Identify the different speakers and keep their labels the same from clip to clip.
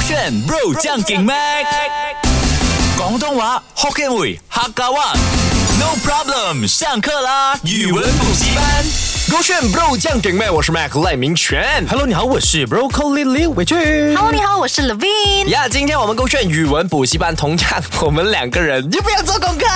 Speaker 1: 选 Bro 将劲 Mac，广东话 Hokkien 语客家话。No problem，上课啦！语文补习班。
Speaker 2: 勾选 bro 酱顶妹，我是 Mac 赖明全。
Speaker 3: Hello，你好，我是 Broccoli 刘伟俊。
Speaker 4: Hello，你好，我是 Levin。
Speaker 2: 呀今天我们勾选语文补习班，同样我们两个人就不要做功课。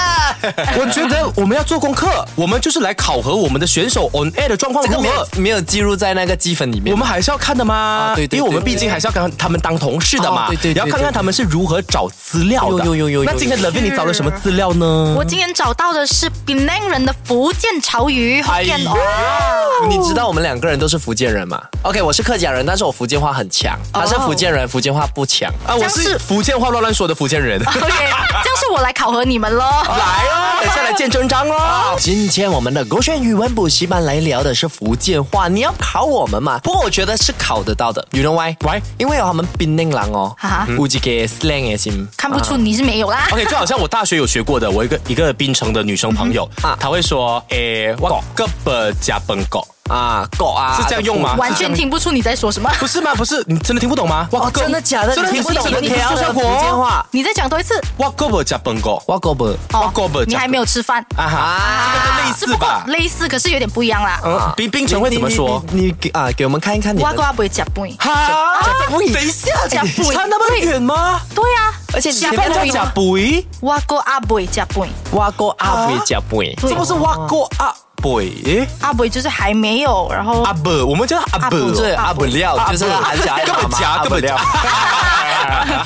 Speaker 3: 我觉得我们要做功课，我们就是来考核我们的选手 on air 的状况
Speaker 2: 这个
Speaker 3: 如
Speaker 2: 没有
Speaker 3: 何。
Speaker 2: 没有计入在那个积分里面。
Speaker 3: 我们还是要看的嘛，
Speaker 2: 啊对对
Speaker 3: 因为我们
Speaker 2: 对
Speaker 3: 毕竟还是要跟他们当同事的
Speaker 2: 哦
Speaker 3: 嘛，
Speaker 2: 对对对
Speaker 3: 也要看看他们是如何找资料的。
Speaker 2: 有有有有有嗯
Speaker 3: 那今天 Levin 你找了什么资料呢？
Speaker 4: 我今天找到的是槟榔人的福建潮语，
Speaker 3: 哎
Speaker 4: 福建哦。
Speaker 2: 哎你知道我们两个人都是福建人嘛？OK，我是
Speaker 3: 哦
Speaker 2: 客家人，但是我福建话很强。他是福建人，福建话不强。
Speaker 3: 啊，我
Speaker 4: 这样
Speaker 3: 是
Speaker 4: 是
Speaker 3: 福建话乱乱说的福建 人。
Speaker 4: OK，这样是我来考核你们咯。
Speaker 3: 来哦，等一下来见真章哦。
Speaker 2: 啊今天我们的狗选语文补习班来聊的是福建话，你要考我们嘛？不过我觉得是考得到的，You know why?
Speaker 3: Why？
Speaker 2: 因为有他们槟榔郎哦
Speaker 4: 哈哈，
Speaker 2: 有一个 slang 嘅先，
Speaker 4: 看不出你是没有啦。
Speaker 3: 嗯啊 OK，就好像我大学有学过的，我一个一个槟城的女生朋友，
Speaker 2: 啊
Speaker 3: 她会说，诶，我个本加本狗，
Speaker 2: 啊，狗啊，
Speaker 3: 是这样用吗
Speaker 4: 完全听不出你在说什么。
Speaker 3: 不是吗？不是，你真的听不懂吗？哇
Speaker 2: 哦真的假的
Speaker 3: 真的
Speaker 2: 你听
Speaker 3: 听不
Speaker 2: 不
Speaker 3: 懂
Speaker 2: 懂
Speaker 3: 的，
Speaker 2: 的
Speaker 3: 你不是
Speaker 2: 跳
Speaker 3: 说
Speaker 2: 的
Speaker 3: 像
Speaker 2: 福
Speaker 3: 国
Speaker 2: 建话
Speaker 4: 你再讲多一次。哦
Speaker 3: 哇个本加本狗，
Speaker 2: 我狗本
Speaker 3: 我过不
Speaker 4: 你还没有吃饭
Speaker 3: 啊哈，这个跟类
Speaker 4: 只
Speaker 3: 似
Speaker 4: 不过
Speaker 3: 吧？
Speaker 4: 类似，可是有点不一样啦。
Speaker 3: 嗯，槟槟城会怎么说？
Speaker 2: 啊你你你你啊，给我们看一看你
Speaker 4: 我
Speaker 2: 的。啊
Speaker 4: 瓜不会夹不会。
Speaker 3: 哈，
Speaker 2: 等一下
Speaker 4: 加
Speaker 2: 你
Speaker 4: 本
Speaker 3: 啊
Speaker 2: 差那么远吗？
Speaker 4: 对啊，
Speaker 2: 而且你前
Speaker 4: 夹
Speaker 2: 面
Speaker 4: 不
Speaker 2: 在
Speaker 4: 会
Speaker 2: 讲
Speaker 4: 吗
Speaker 3: 喂，
Speaker 4: 我瓜阿不会夹不会，
Speaker 2: 挖过阿伯加本，
Speaker 4: 对
Speaker 3: 这不是挖过阿北
Speaker 4: 阿不会就是还没有，然后
Speaker 3: 阿伯，我们叫他阿伯
Speaker 4: 阿伯
Speaker 2: 对
Speaker 3: 哦。
Speaker 2: 哦阿不料，就是啊俺家
Speaker 3: 根本夹根本夹。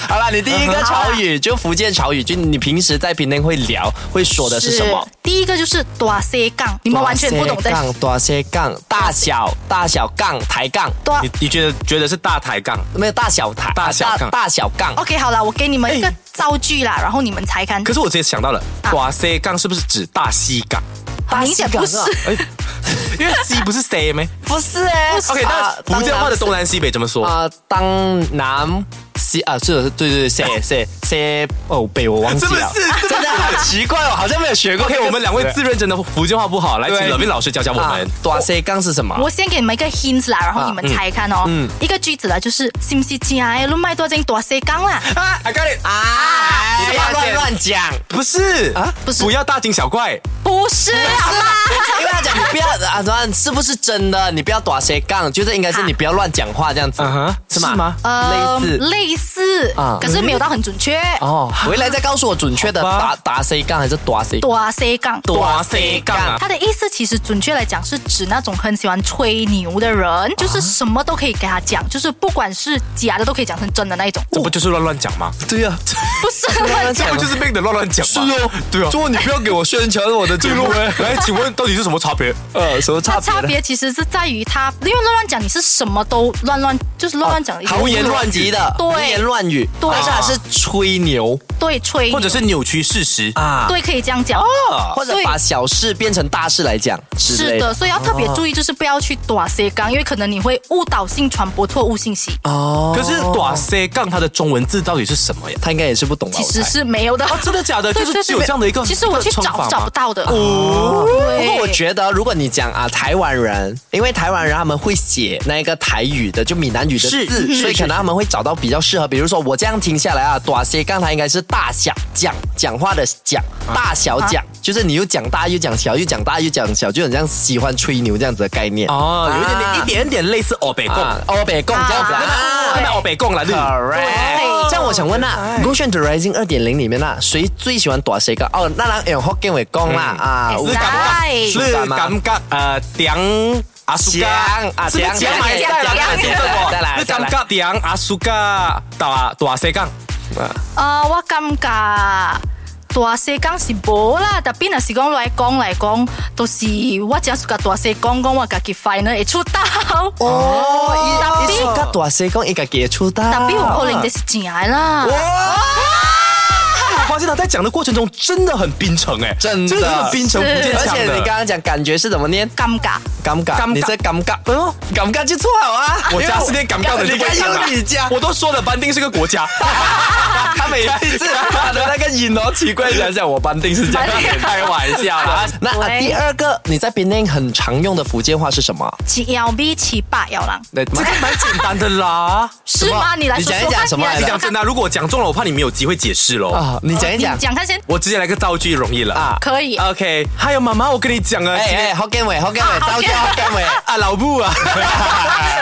Speaker 2: 好啦，你第一个潮语就福建潮语，就你平时在平内会聊会说的是什么？？
Speaker 4: 第一个就是短 C 杠，你们完全不懂在
Speaker 2: 大些杠大些杠，大小大小杠抬杠，
Speaker 4: 短
Speaker 3: 你你觉得觉得是大抬杠？
Speaker 2: 没有大小抬
Speaker 3: 大小杠
Speaker 2: 大小杠。
Speaker 4: OK，好了，我给你们一个
Speaker 3: 哎
Speaker 4: 造句啦，然后你们猜看。
Speaker 3: 可是我直接想到了，
Speaker 4: 啊
Speaker 3: 哇塞，杠是不是指大西杠？
Speaker 4: 很明显不是
Speaker 2: 大西，
Speaker 3: 哎，因为西不是 C 咩
Speaker 2: 不是哎
Speaker 3: ？OK，那
Speaker 4: 呃
Speaker 3: 福建话的东南西北怎么说？
Speaker 2: 啊，当南西啊，是的对对对，西西西哦北，我忘记
Speaker 3: 是不
Speaker 2: 了，
Speaker 3: 是？
Speaker 2: 真的好奇怪哦，好像没有学过这 个
Speaker 3: OK，
Speaker 2: 词。啊
Speaker 3: 我们两位自认真的福建话不好，来请
Speaker 2: 对
Speaker 3: 冷斌老师教教我们。
Speaker 2: 短 C 杠是什么？
Speaker 4: 我先给你们一个 hint 啦，然后你
Speaker 3: 啊嗯
Speaker 4: 们猜看哦。一个句子啦，就是是不是真爱都卖多正大西港啦？
Speaker 3: 啊，I got it！
Speaker 2: 啊
Speaker 3: 你
Speaker 2: 不
Speaker 3: 不
Speaker 2: 要
Speaker 3: 要
Speaker 2: 乱
Speaker 3: 乱
Speaker 2: 乱讲，
Speaker 3: 不是
Speaker 2: 啊
Speaker 4: 不是
Speaker 3: 不要大惊小怪。
Speaker 4: 不是 好啦，
Speaker 2: 因为他讲你不要啊，乱是不是真的？你不要短 C 杠，就是应该是你不要乱讲话这样子
Speaker 3: 啊哈，
Speaker 2: 嗯是吗？
Speaker 3: 是吗
Speaker 2: 类似。
Speaker 4: 呃类似
Speaker 2: 啊，
Speaker 4: 可是没有到很准确。
Speaker 3: 啊
Speaker 2: 哦，回来再告诉我准确的
Speaker 3: 好吧
Speaker 2: 打打 C 杠还是短 C
Speaker 4: 大西港，
Speaker 3: 大西杠啊
Speaker 4: 它的意思其实准确来讲是指那种很喜欢吹牛的人，
Speaker 3: 啊
Speaker 4: 就是什么都可以给他讲，就是不管是假的都可以讲成真的那一种。
Speaker 3: 这不就是乱乱讲吗？
Speaker 2: 哦 对呀，
Speaker 4: 不是乱讲
Speaker 3: 这不就是变得乱乱讲吗？
Speaker 2: 是哦
Speaker 3: 对啊。
Speaker 2: 中文你不要给我宣传我的节
Speaker 3: 对
Speaker 2: 目
Speaker 3: 喽，，哎来，请问到底是什么差别？
Speaker 2: 呃，什么差
Speaker 4: 它
Speaker 2: 别
Speaker 4: 差
Speaker 2: 呢？
Speaker 4: 别其实是在于它，因为乱乱讲你是什么都乱乱，就是乱乱讲的
Speaker 3: 啊
Speaker 4: 意思，
Speaker 2: 胡言乱语的，
Speaker 4: 对
Speaker 2: 胡言乱语，
Speaker 4: 对
Speaker 2: 但是还是吹牛
Speaker 4: 对吹牛，
Speaker 3: 或者是啊扭曲事实啊？
Speaker 2: 啊，
Speaker 4: 对可以这样讲，哦
Speaker 2: 或者
Speaker 4: 所以
Speaker 2: 把小事变成大事来讲之
Speaker 4: 是
Speaker 2: 类
Speaker 4: 的，。所以要特别注意，就是不要去短 C 杠，因为可能你会误导性传播错误信息，
Speaker 3: 啊
Speaker 2: 哦，
Speaker 3: 可是短 C 杠它的中文字到底是什么呀？
Speaker 2: 他应该也是不懂吧？
Speaker 4: 其实
Speaker 2: 我猜
Speaker 4: 是没有的。
Speaker 3: 啊真的假的？
Speaker 4: 对
Speaker 3: 就是
Speaker 4: 对对
Speaker 3: 只有这样的一个。
Speaker 4: 其实我去
Speaker 3: 一个称法
Speaker 4: 找
Speaker 3: 吗
Speaker 4: 找不。到的。
Speaker 3: 哦
Speaker 2: 不
Speaker 4: 不
Speaker 2: 过我觉得，如果你讲啊台湾人，因为台湾人他们会写那个台语的，就闽南语的
Speaker 3: 是
Speaker 2: 字，
Speaker 3: 是
Speaker 2: 所以可能他们会找到比较适合。比如说我这样听下来啊，短些刚才应该是大小讲讲话的讲，大小讲，
Speaker 3: 啊
Speaker 2: 就是你又讲大又讲小，又讲大又讲小，就很像喜欢吹牛这样子的概念。
Speaker 3: 哦，有一点点，
Speaker 2: 啊
Speaker 3: 一点点类似哦北贡，
Speaker 2: 啊，欧北共这样子
Speaker 4: 啊
Speaker 2: 啊
Speaker 3: 那。哦北贡来的。
Speaker 2: Correct 这样我想问啦，《勾选 The Rising》二点零里面啦，谁最喜欢短谁个？哦，那人用福建话讲啦啊，
Speaker 4: 嗯
Speaker 3: 是感觉，
Speaker 2: 是
Speaker 3: 是感觉，呃，点阿苏
Speaker 2: 姜
Speaker 3: 嘎
Speaker 2: 啊
Speaker 3: 是不是
Speaker 2: 姜
Speaker 3: 姜埋在
Speaker 2: 姜
Speaker 3: 哪里
Speaker 2: 姜再来
Speaker 3: 是
Speaker 2: 再来
Speaker 3: 感觉点阿苏嘎大大西港，
Speaker 4: 呃，我感觉大西讲是无啦，特别若是讲来讲来讲，都、就是我只是甲大西讲讲，我家己 final 会出道。
Speaker 2: 哦，
Speaker 4: 特
Speaker 2: 伊伊
Speaker 4: 别
Speaker 2: 说个大西讲伊家己会出道，
Speaker 4: 特别有可能就是真的啦。
Speaker 2: 哇。
Speaker 3: 我发现他在讲的过程中真的很槟城哎，
Speaker 2: 真的
Speaker 3: 就是那个槟城福
Speaker 4: 是
Speaker 3: 建
Speaker 2: 而
Speaker 3: 腔
Speaker 2: 且你
Speaker 3: 的。
Speaker 2: 刚刚讲感觉是怎么念？
Speaker 4: 尴尬，
Speaker 2: 尴尬，
Speaker 3: 尴尬
Speaker 2: 你这尴尬，
Speaker 3: 哎呦
Speaker 2: 尴尬就错了啊！
Speaker 3: 我家是念港尬的，
Speaker 2: 你
Speaker 3: 就不会
Speaker 2: 看
Speaker 3: 讲了
Speaker 2: 又你家，
Speaker 3: 我都说了，班定是个国家。
Speaker 2: 他每次他的那个音哦，奇怪，想想我班定 是这样念，开玩笑啦。那啊
Speaker 4: 对
Speaker 2: 第二个你在槟城很常用的福建话是什么？
Speaker 4: 七幺 B 七八幺郎，
Speaker 2: 那
Speaker 3: 这个蛮简单的啦。
Speaker 2: 什
Speaker 4: 是
Speaker 2: 么
Speaker 4: 吗？你来
Speaker 2: 你
Speaker 4: 说
Speaker 2: 讲一
Speaker 4: 说
Speaker 2: 讲
Speaker 4: 看，
Speaker 2: 什么来
Speaker 4: 来
Speaker 2: 着
Speaker 3: 你讲
Speaker 4: 说说
Speaker 3: 真的啊，如果我讲中了，我怕你没有机会解释喽。
Speaker 2: 啊，你讲一
Speaker 4: 看
Speaker 2: 讲
Speaker 4: 你讲看先，
Speaker 3: 我直接来个造句容易了
Speaker 2: 啊
Speaker 4: 可以。
Speaker 3: OK，还有妈妈，我跟你讲啊，
Speaker 2: 哎哎，好建伟，好建伟，
Speaker 4: 啊
Speaker 2: 招
Speaker 4: 好
Speaker 2: 叫
Speaker 4: 建伟
Speaker 2: 好建伟。
Speaker 3: 啊老母啊，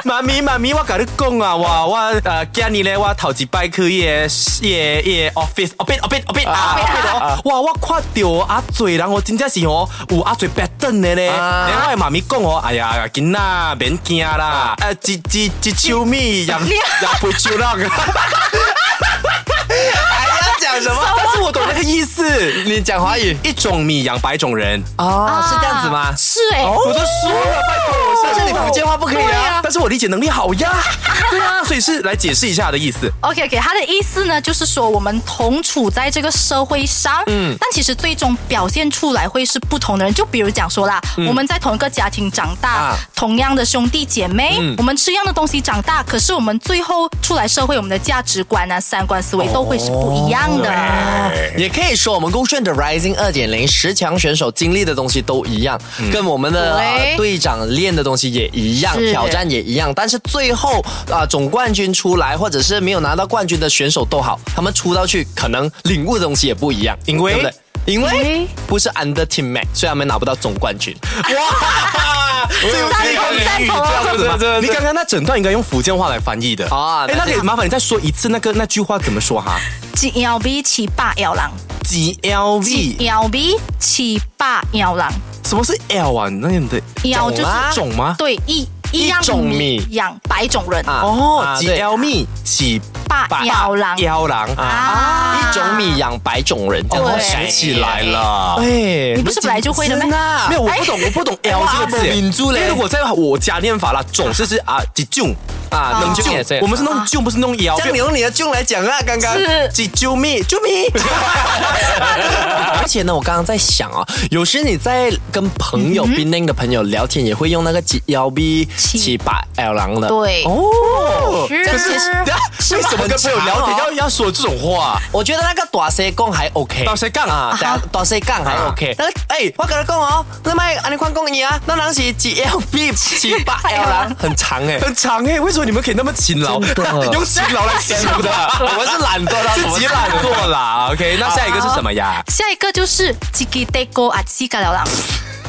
Speaker 3: 妈咪妈咪，我跟你讲啊，我我呃今日咧，我头一摆去耶耶耶 office，哦变哦变哦变啊变哦，哇我看到阿嘴人，我真正是哦有阿嘴白等的咧，
Speaker 2: 啊
Speaker 3: 然后我的妈咪讲哦，哎呀囡仔免惊啦，啊一一一手米 也也不手浪，
Speaker 2: 还要讲什么？
Speaker 3: 但是 我懂那个意思，
Speaker 2: 你讲华语
Speaker 3: 一种米养百种人，
Speaker 2: 哦，是这样子吗
Speaker 4: 啊？是哎，
Speaker 3: 我都说了，拜托我
Speaker 2: 但是你福建话不可以
Speaker 4: 对
Speaker 2: 啊
Speaker 4: 啊。
Speaker 3: 但是我理解能力好呀， 对啊，所以是来解释一下的意思。
Speaker 4: OK OK，他的意思呢，就是说我们同处在这个社会上，嗯，但其实最终表现出来会是不同的人。就比如讲说啦，我们在同一个家庭长大，
Speaker 2: 啊
Speaker 4: 同样的兄弟姐妹，我们吃一样的东西长大，可是我们最后出来社会，我们的价值观啊、三观思维都会是不一样的。
Speaker 3: 哦啊哎
Speaker 2: 也可以说，我们勾选的 Rising 二点零十强选手经历的东西都一样，
Speaker 3: 嗯
Speaker 2: 跟我们的、
Speaker 4: 对
Speaker 2: 呃队长练的东西也一样，
Speaker 4: 是
Speaker 2: 挑战也一样。但是最后啊、呃总冠军出来，或者是没有拿到冠军的选手都好，他们出道去可能领悟的东西也不一样，
Speaker 3: 因为
Speaker 2: 对不对因
Speaker 4: 因
Speaker 2: 为
Speaker 4: 为
Speaker 2: 不是 under team match，所以他们拿不到总冠军。
Speaker 3: 哇， 这有
Speaker 4: 赞同赞同
Speaker 3: 这这你刚刚那整段应该用福建话来翻译的
Speaker 2: 啊
Speaker 3: 哎，那可以麻烦你再说一次那个那句话怎么说哈
Speaker 4: 七幺 B 七八幺郎，
Speaker 3: ？G L
Speaker 4: 七
Speaker 3: V
Speaker 4: 幺 B 七八幺郎，
Speaker 3: 什么是 L 啊？那你的啊
Speaker 4: 幺就是
Speaker 3: 种吗？
Speaker 4: 对一一样
Speaker 2: 一种米
Speaker 4: 养百种人
Speaker 2: 啊
Speaker 3: 哦
Speaker 2: 啊
Speaker 3: ，G
Speaker 2: 对
Speaker 3: L 蜜起
Speaker 4: 八
Speaker 3: 哦
Speaker 4: 幺郎
Speaker 3: 幺郎啊，
Speaker 4: 啊
Speaker 2: 一种米养百种人，这样
Speaker 4: 对
Speaker 2: 子
Speaker 3: 学哎起来。了。
Speaker 2: 哎，
Speaker 4: 你不是本来就会的吗
Speaker 2: 真啊
Speaker 3: 没有，我不懂，我不懂 L 这个字耶，
Speaker 2: 哎
Speaker 3: 因为如果在我家念法啦，总是是啊，几种
Speaker 2: 啊，冷静点，
Speaker 3: 我们是弄就不是弄腰，
Speaker 2: 这样你用你的劲来讲啊，刚刚。
Speaker 4: 是
Speaker 3: 是救命救命！
Speaker 2: 而且呢，我刚刚在想啊、有时你在跟朋友、槟榔的朋友聊天，也会用那个几幺 B
Speaker 4: 七
Speaker 2: 七八 L 狼的。
Speaker 4: 对
Speaker 2: 哦，
Speaker 4: 是
Speaker 2: 可是
Speaker 4: 是
Speaker 2: 等下为什么跟朋友聊天要？
Speaker 3: 要说这种话？
Speaker 2: 我觉得那个短斜杠还 OK，
Speaker 3: 大西杠
Speaker 2: 啊，对啊，短斜杠还
Speaker 3: 啊
Speaker 2: OK。但是哎，我跟你讲哦，那么安尼宽讲你啊，那人是几 L B 七八 L 狼，很长 哎。
Speaker 3: 很长哎，为什么你们可以那么勤劳
Speaker 2: 真的？
Speaker 3: 用勤劳来形容的，
Speaker 2: 我们是懒惰到什么
Speaker 3: 自己懒惰啦。OK，那下一个是什么呀？
Speaker 4: 下一个就是叽叽得哥阿西嘎了郎，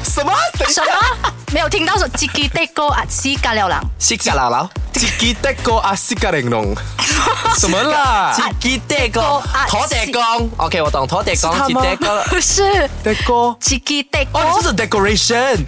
Speaker 3: 什么？等一
Speaker 4: 什么？没有听到说叽叽得哥阿西嘎了郎，
Speaker 2: 是噶啦啦。
Speaker 3: 自己得个阿西嘎玲珑，啊什么啦？
Speaker 2: 自己得个土地公，OK，我懂土地公，自
Speaker 3: 是他
Speaker 2: 己
Speaker 3: 吗
Speaker 2: 得个
Speaker 4: 不是
Speaker 3: 得个哦，
Speaker 4: 叽叽得哥，
Speaker 3: 这是 decoration，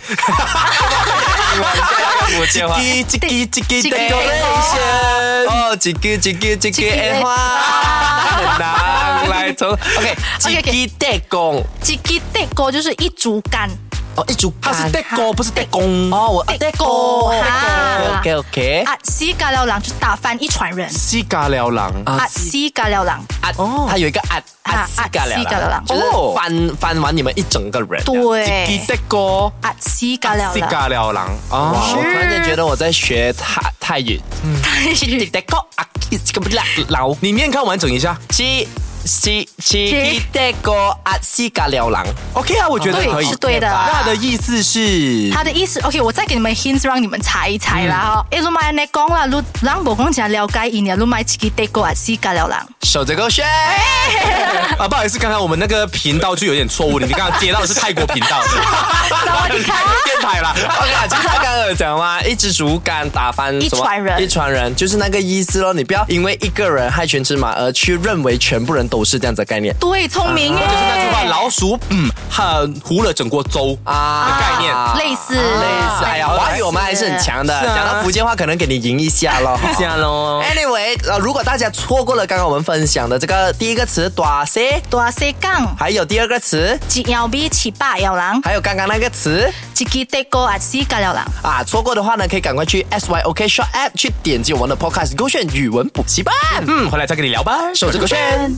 Speaker 2: 福建话。
Speaker 3: 叽叽叽叽
Speaker 4: 自己得
Speaker 3: decoration，
Speaker 2: 哦，一句一句一句的
Speaker 4: 啊
Speaker 2: 花，拿来从 OK，一
Speaker 4: OK，OK
Speaker 2: 句得公，
Speaker 4: 叽叽得哥就是一竹竿，
Speaker 2: 哦，一竹
Speaker 3: 它
Speaker 2: 竿
Speaker 3: 是得个，不是得公。
Speaker 2: 哦，我
Speaker 4: 得
Speaker 2: 得公
Speaker 4: 公啊
Speaker 2: ，OK OK，
Speaker 4: 阿西嘎了郎就打翻一船人，
Speaker 3: 西嘎了郎，
Speaker 4: 阿西嘎了郎，
Speaker 2: 啊，哦，它有一个啊啊
Speaker 4: 啊
Speaker 2: 西嘎了
Speaker 4: 啊西嘎了
Speaker 2: 啦
Speaker 4: 啦，
Speaker 2: 就是
Speaker 3: 哦
Speaker 2: 翻翻完你们一整个人。
Speaker 3: 自己
Speaker 4: 对，
Speaker 3: 得个
Speaker 4: 阿西嘎了
Speaker 3: 西
Speaker 4: 郎，
Speaker 3: 嘎了郎
Speaker 2: 哇，
Speaker 3: 哦。
Speaker 2: 我突然间觉得我在学泰泰语，得公啊，这个不啦老
Speaker 3: 你念看完整一下
Speaker 2: 七七七得个啊西嘎了郎，
Speaker 3: ，OK 啊，我觉得
Speaker 4: 对
Speaker 3: 可以
Speaker 4: 是。对的
Speaker 3: 那的意思是，
Speaker 4: 他的意思，OK，我再给你们 hints，让你们猜一猜
Speaker 3: 嗯
Speaker 4: 啦哦哈。诶，如买你讲啦，如让我讲起来了解一年，如买叽叽得哥阿西嘎了郎。
Speaker 2: 手着勾选。
Speaker 3: 啊，不好意思，刚才我们那个频道就有点错误，你刚刚接到的是泰国频道，
Speaker 4: 萨瓦迪卡
Speaker 3: 泰国电台啦。
Speaker 2: OK 啊，就是他刚刚有讲嘛，一只竹竿打翻什么
Speaker 4: 一船人
Speaker 2: 一船人就是那个意思咯。你不要因为一个人害群之马而去认为全部人都是这样子的概念
Speaker 4: 对，聪明耶！
Speaker 3: 啊就是那句话，老鼠嗯，很糊了整锅粥啊。
Speaker 2: 啊
Speaker 3: 的概念啊
Speaker 4: 类似
Speaker 2: 类似。哎呀，华语我们还是很强的，
Speaker 3: 是啊
Speaker 2: 讲到福建话可能给你赢一下咯。
Speaker 3: 这样喽，
Speaker 2: Anyway，呃，如果大家错过了刚刚我们分享的这个第一个词“短 C”，
Speaker 4: 多西杠，
Speaker 2: 还有第二个词，
Speaker 4: 一幺 B 七八幺人，
Speaker 3: 啊
Speaker 2: 还有刚刚那个词
Speaker 4: 一支得哥阿西加了人。
Speaker 2: 啊，错过的话呢，可以赶快去 S Y O K Shop App 去点击我们的 Podcast，勾选语文补习班，
Speaker 3: 嗯，回来再跟你聊吧。
Speaker 2: 手这个圈。